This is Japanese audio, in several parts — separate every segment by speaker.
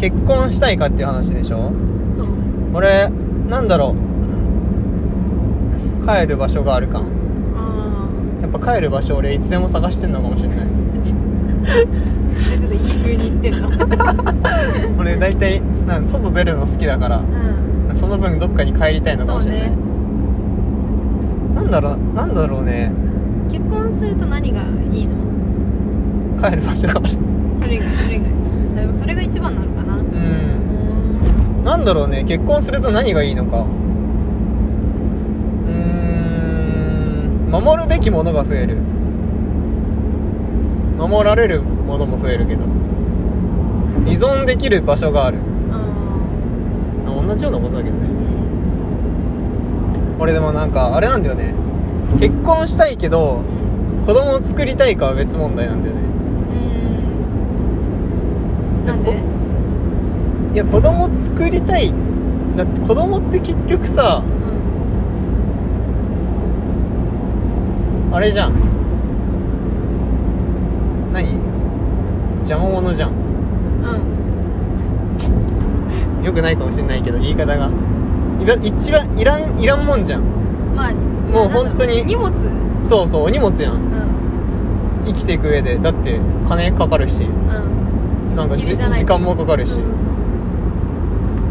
Speaker 1: 結婚したいかっていう話でしょ
Speaker 2: そう
Speaker 1: 俺なんだろう帰る場所があるかん
Speaker 2: あ
Speaker 1: やっぱ帰る場所俺いつでも探してんのかもしれ ない
Speaker 2: あちょっといい風に言ってんの
Speaker 1: 俺大体なん外出るの好きだから
Speaker 2: うん
Speaker 1: その分どっかに帰りたいのか
Speaker 2: そ
Speaker 1: も
Speaker 2: う
Speaker 1: しれない、
Speaker 2: ね
Speaker 1: なんだろうなんだろうね
Speaker 2: 結婚すると何がいいの
Speaker 1: 帰る場所がある
Speaker 2: それ以外それ以外でもそれが一番なのかなう
Speaker 1: うん
Speaker 2: ーん
Speaker 1: なんだろうね結婚すると何がいいのかうーん守るべきものが増える守られるものも増えるけど依存できる場所がある
Speaker 2: あ
Speaker 1: あ同じようなことだけど
Speaker 2: ー
Speaker 1: ね俺でもなんかあれなんだよね結婚したいけど子供を作りたいかは別問題なんだよね
Speaker 2: うんなんで
Speaker 1: でいや子供作りたいだって子供って結局さ
Speaker 2: うん
Speaker 1: あれじゃん何邪魔者じゃん
Speaker 2: うん
Speaker 1: よくないかもしれないけど言い方がいら一番いらんいらんもんじゃん
Speaker 2: まあ
Speaker 1: もう本当に
Speaker 2: 荷物うん
Speaker 1: そうそうお荷物やん生きていく上でだって金かかるし
Speaker 2: うん
Speaker 1: なんかじ
Speaker 2: 昼じゃない
Speaker 1: 時間もかかるし
Speaker 2: そうそうそ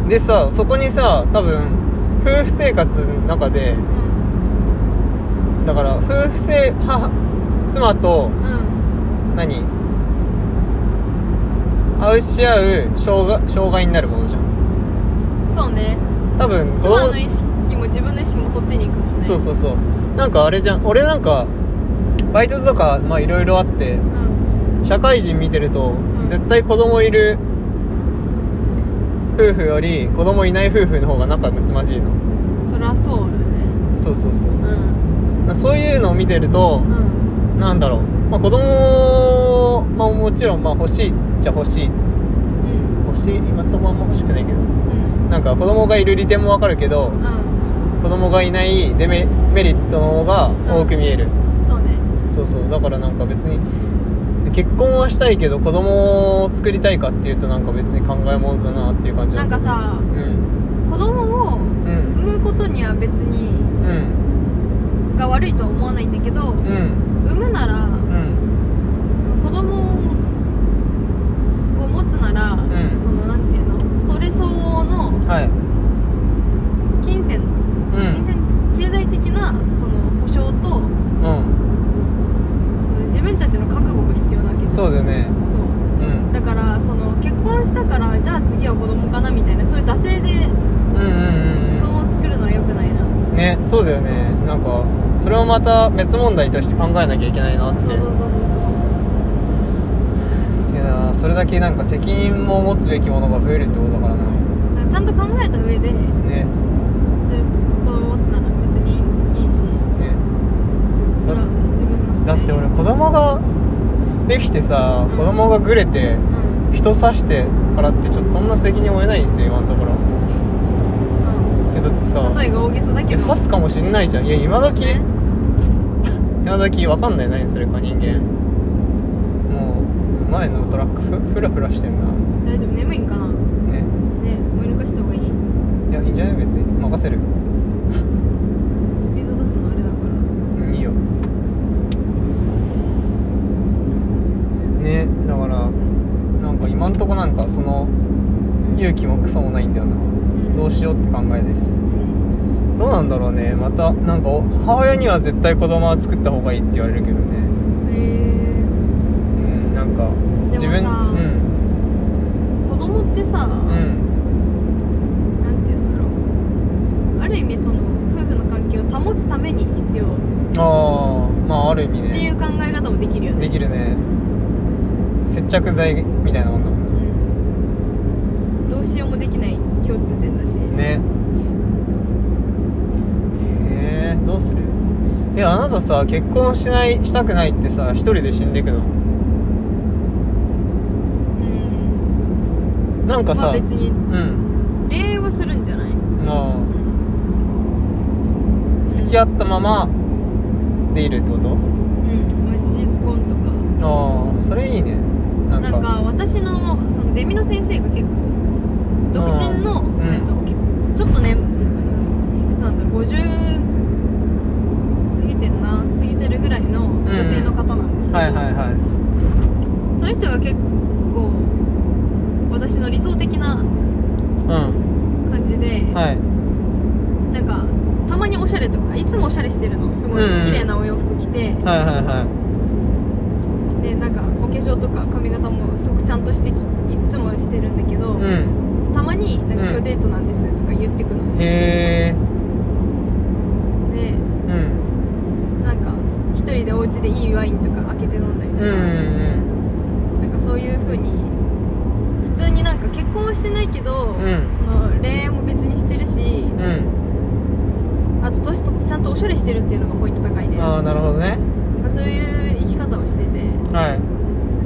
Speaker 2: う
Speaker 1: でさそこにさ多分夫婦生活の中で
Speaker 2: うん
Speaker 1: だから夫婦生母妻と
Speaker 2: うん
Speaker 1: 何愛し合う障害障害になるものじゃん
Speaker 2: そうね
Speaker 1: 多分子
Speaker 2: 妻
Speaker 1: 供
Speaker 2: の意識も自分の意識もそっちに行くもんね
Speaker 1: そうそうそうなんかあれじゃん俺なんかバイトとかまあいろいろあって
Speaker 2: うん
Speaker 1: 社会人見てると
Speaker 2: ん
Speaker 1: 絶対子供いる夫婦より子供いない夫婦の方が仲睦まじいの
Speaker 2: そりゃそうよね
Speaker 1: そうそうそうそう
Speaker 2: う
Speaker 1: そう、
Speaker 2: ん
Speaker 1: なそういうのを見てると
Speaker 2: うん
Speaker 1: なんだろう、まあ、子供まあもちろんまあ欲しいっちゃ欲しい
Speaker 2: うん
Speaker 1: 欲しい今んとこあんま欲しくないけど
Speaker 2: うん
Speaker 1: なんか子供がいる利点もわかるけど
Speaker 2: う
Speaker 1: 子供がいないデメメリットの方が多く見える、
Speaker 2: んそうね
Speaker 1: そうそうだからなんか別に結婚はしたいけど子供を作りたいかっていうとなんか別に考えものだなっていう感じ
Speaker 2: なんかさ
Speaker 1: うん
Speaker 2: 子供
Speaker 1: う
Speaker 2: を
Speaker 1: ん
Speaker 2: 産むことには別に
Speaker 1: うん
Speaker 2: が悪いとは思わないんだけど
Speaker 1: うん
Speaker 2: 産むなら
Speaker 1: うん
Speaker 2: その子供を持つなら、
Speaker 1: ん
Speaker 2: そのなんていうのそれ相応の
Speaker 1: はい
Speaker 2: 金銭
Speaker 1: う
Speaker 2: 金
Speaker 1: ん
Speaker 2: 銭経済的なその保障と
Speaker 1: うん
Speaker 2: その自分たちの覚悟が必要なわけです
Speaker 1: そうだよね
Speaker 2: そう
Speaker 1: うん
Speaker 2: だからその結婚したからじゃあ次は子供かなみたいなそういう惰性で
Speaker 1: うんうん
Speaker 2: 子
Speaker 1: うん
Speaker 2: 供を作るのは良くないな
Speaker 1: うんねそうだよねなんかそれをまた別問題として考えなきゃいけないなって
Speaker 2: そうそうそうそうそう
Speaker 1: いやーそれだけなんか責任も持つべきものが増えるってことだからな
Speaker 2: だからちゃんと考えた上で
Speaker 1: ね
Speaker 2: そういう子供を持つなら別にいいし
Speaker 1: ね
Speaker 2: それは自分の好きな
Speaker 1: だって俺子供ができてさ子供がぐれて
Speaker 2: うん
Speaker 1: 人刺してからってちょっとそんな責任負えないんですよ今のところえだってさ
Speaker 2: うん例えが大げさだ
Speaker 1: い
Speaker 2: け
Speaker 1: や
Speaker 2: ど
Speaker 1: 刺すかもしんないじゃんいや今時
Speaker 2: ね
Speaker 1: 今時わかんない何するか人間もう前のトラックふふらふらしてんな
Speaker 2: 大丈夫眠いんかなね
Speaker 1: ね
Speaker 2: 追い抜かした方がいい
Speaker 1: いやいいんじゃない別に任せる
Speaker 2: スピード出すのあれだから
Speaker 1: いいよねだからなんか今んとこなんかその勇気もクソもないんだよなどうしようって考えです
Speaker 2: うん
Speaker 1: どうなんだろうねまたなんかお母親には絶対子供は作った方がいいって言われるけどね
Speaker 2: へ
Speaker 1: うんなんか自分
Speaker 2: でもさ
Speaker 1: うん
Speaker 2: え子供ってさ、
Speaker 1: うん
Speaker 2: なんて言うんだろうある意味その夫婦の関係を保つために必要っ
Speaker 1: ああまあある意味ね
Speaker 2: ていう考え方もできるよね
Speaker 1: できるね接着剤みたいなもんだもん
Speaker 2: うんどうしようもできない共通点だし
Speaker 1: ねえー、どうするえあなたさ結婚しないしたくないってさ一人で死んでくの
Speaker 2: うん
Speaker 1: なんかさ、
Speaker 2: まあ別に
Speaker 1: うん
Speaker 2: 恋愛はするんじゃない、
Speaker 1: あ
Speaker 2: う
Speaker 1: あ
Speaker 2: ん
Speaker 1: 付き合ったままでいるってこと
Speaker 2: うんまあ事実婚とか
Speaker 1: ああそれいいねなんか
Speaker 2: なんか私のそのゼミの先生が結構独身の、
Speaker 1: うん
Speaker 2: えっとちょっとねいくつなんだろう50過ぎてんな過ぎてるぐらいの女性の方なんですけど、
Speaker 1: はいはいはい
Speaker 2: その人が結構私の理想的な
Speaker 1: うん
Speaker 2: 感じで、
Speaker 1: はい
Speaker 2: なんかたまにおしゃれとかいつもおしゃれしてるのすごい
Speaker 1: うん
Speaker 2: 綺麗なお洋服着て、
Speaker 1: はいはいは
Speaker 2: でなんかお化粧とか髪型もすごくちゃんとしてきいつもしてるんだけど、
Speaker 1: いうん
Speaker 2: たまになんか今日デートなんですとか言ってくのね、
Speaker 1: へえうん
Speaker 2: でなんか一人でお家でいいワインとか開けて飲んだりと
Speaker 1: うんう
Speaker 2: か、
Speaker 1: ん
Speaker 2: なんかそういう風に普通になんか結婚はしてないけど、
Speaker 1: うん
Speaker 2: その恋愛も別にしてるし
Speaker 1: うんうん
Speaker 2: あと年取ってちゃんとおしゃれしてるっていうのがポイント高いね
Speaker 1: ああなるほどね
Speaker 2: なんかそういう生き方をしてて
Speaker 1: はい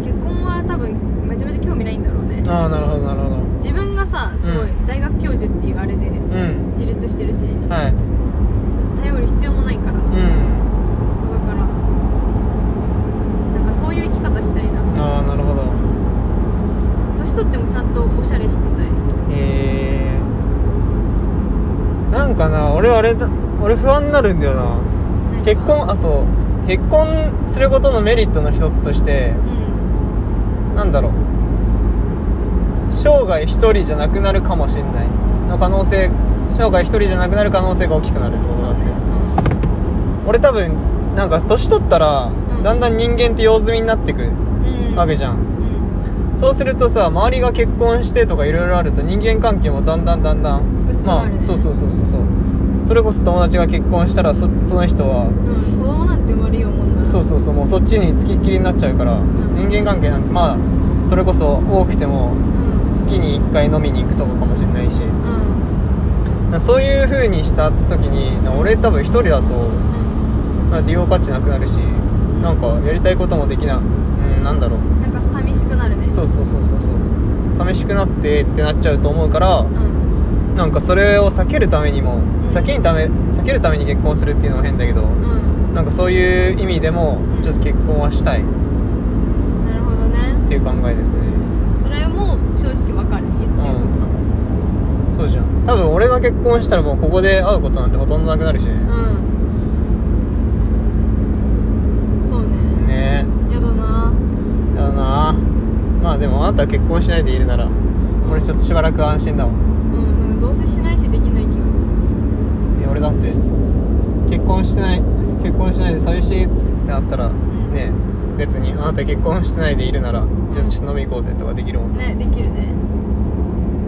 Speaker 2: 結婚は多分めちゃめちゃ興味ないんだろうね
Speaker 1: ああなるほどなるほど
Speaker 2: 自分がさすごい大学教授っていうあれで
Speaker 1: うん
Speaker 2: 自立してるし
Speaker 1: はい
Speaker 2: 頼る必要もないか
Speaker 1: う
Speaker 2: ら、
Speaker 1: ん
Speaker 2: そうだからなんかそういう生き方したいな
Speaker 1: ああなるほど
Speaker 2: 年取ってもちゃんとおしゃれしてたい
Speaker 1: へえなんかな俺あれだ俺不安になるんだよな
Speaker 2: 何か
Speaker 1: 結婚あそう結婚することのメリットの一つとして
Speaker 2: うん
Speaker 1: なんだろう生涯一人じゃなくなるかもしれないの可能性生涯一人じゃなくなる可能性が大きくなるってことだって
Speaker 2: う
Speaker 1: 俺多分なんか年取ったら、
Speaker 2: ん
Speaker 1: だんだん人間って用済みになってく
Speaker 2: んうん
Speaker 1: わけじゃん
Speaker 2: うん
Speaker 1: そうするとさ周りが結婚してとかいろいろあると人間関係もだんだんだんだん
Speaker 2: 薄くな
Speaker 1: ま
Speaker 2: るね
Speaker 1: あそうそうそうそうそうそれこそ友達が結婚したらそその人は
Speaker 2: うん子供なんて生まれようもんな
Speaker 1: そう
Speaker 2: そ
Speaker 1: そうそうもうそっちに付きっきりになっちゃうから人間関係なんてまあそれこそ多くても
Speaker 2: うんうん
Speaker 1: 月に1回飲みに行くとかかもしれないし
Speaker 2: うん
Speaker 1: そういう風にした時にな俺多分一人だとまあ利用価値なくなるしなんかやりたいこともできなうんなんだろう
Speaker 2: なんか寂しくなるね
Speaker 1: そうそうそうそうそう寂しくなってってなっちゃうと思うから
Speaker 2: うん
Speaker 1: なんかそれを避けるためにも避けにため避けるために結婚するっていうのも変だけど
Speaker 2: うん
Speaker 1: なんかそういう意味でも
Speaker 2: うん
Speaker 1: ちょっと結婚はしたいっ
Speaker 2: なるほどね
Speaker 1: ていう考えですね
Speaker 2: それも正直わかる言ってることは
Speaker 1: そうじゃん多分俺が結婚したらもうここで会うことなんてほとんどなくなるしね
Speaker 2: うんそうね
Speaker 1: ね
Speaker 2: やだな
Speaker 1: えだなまあでもあなたは結婚しないでいるなら俺ちょっとしばらく安心だわ
Speaker 2: うんなんかどうせしないしできない気がする
Speaker 1: いや俺だって結婚してない結婚しないで寂しいっつってあったら
Speaker 2: ん
Speaker 1: ねえ別にあなた結婚してないでいるならじゃあちょっと飲み行こうぜとかできるもん
Speaker 2: ねできるね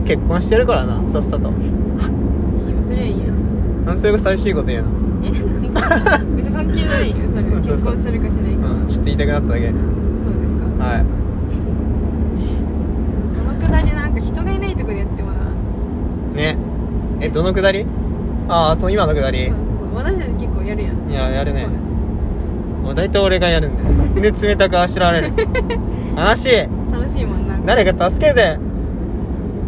Speaker 1: 結婚してるからなさっさと
Speaker 2: いいよそりゃいいや
Speaker 1: なんそれが寂しいこと言うな
Speaker 2: え なんで別に関係ないよそれ
Speaker 1: うんそう
Speaker 2: 結
Speaker 1: そう
Speaker 2: 婚するかしないか
Speaker 1: うんちょっと言いたくなっただけ
Speaker 2: そうですかこ
Speaker 1: はい
Speaker 2: のくだりなんか人がいないとこでやってもな
Speaker 1: ねえどのくだりああその今のくだり
Speaker 2: そうそうそう私たち結構やるやん
Speaker 1: いややるね
Speaker 2: そう
Speaker 1: もう大体俺がやるんだよで冷たくあしらわれる悲しい
Speaker 2: 楽しいもんな
Speaker 1: 誰か助けて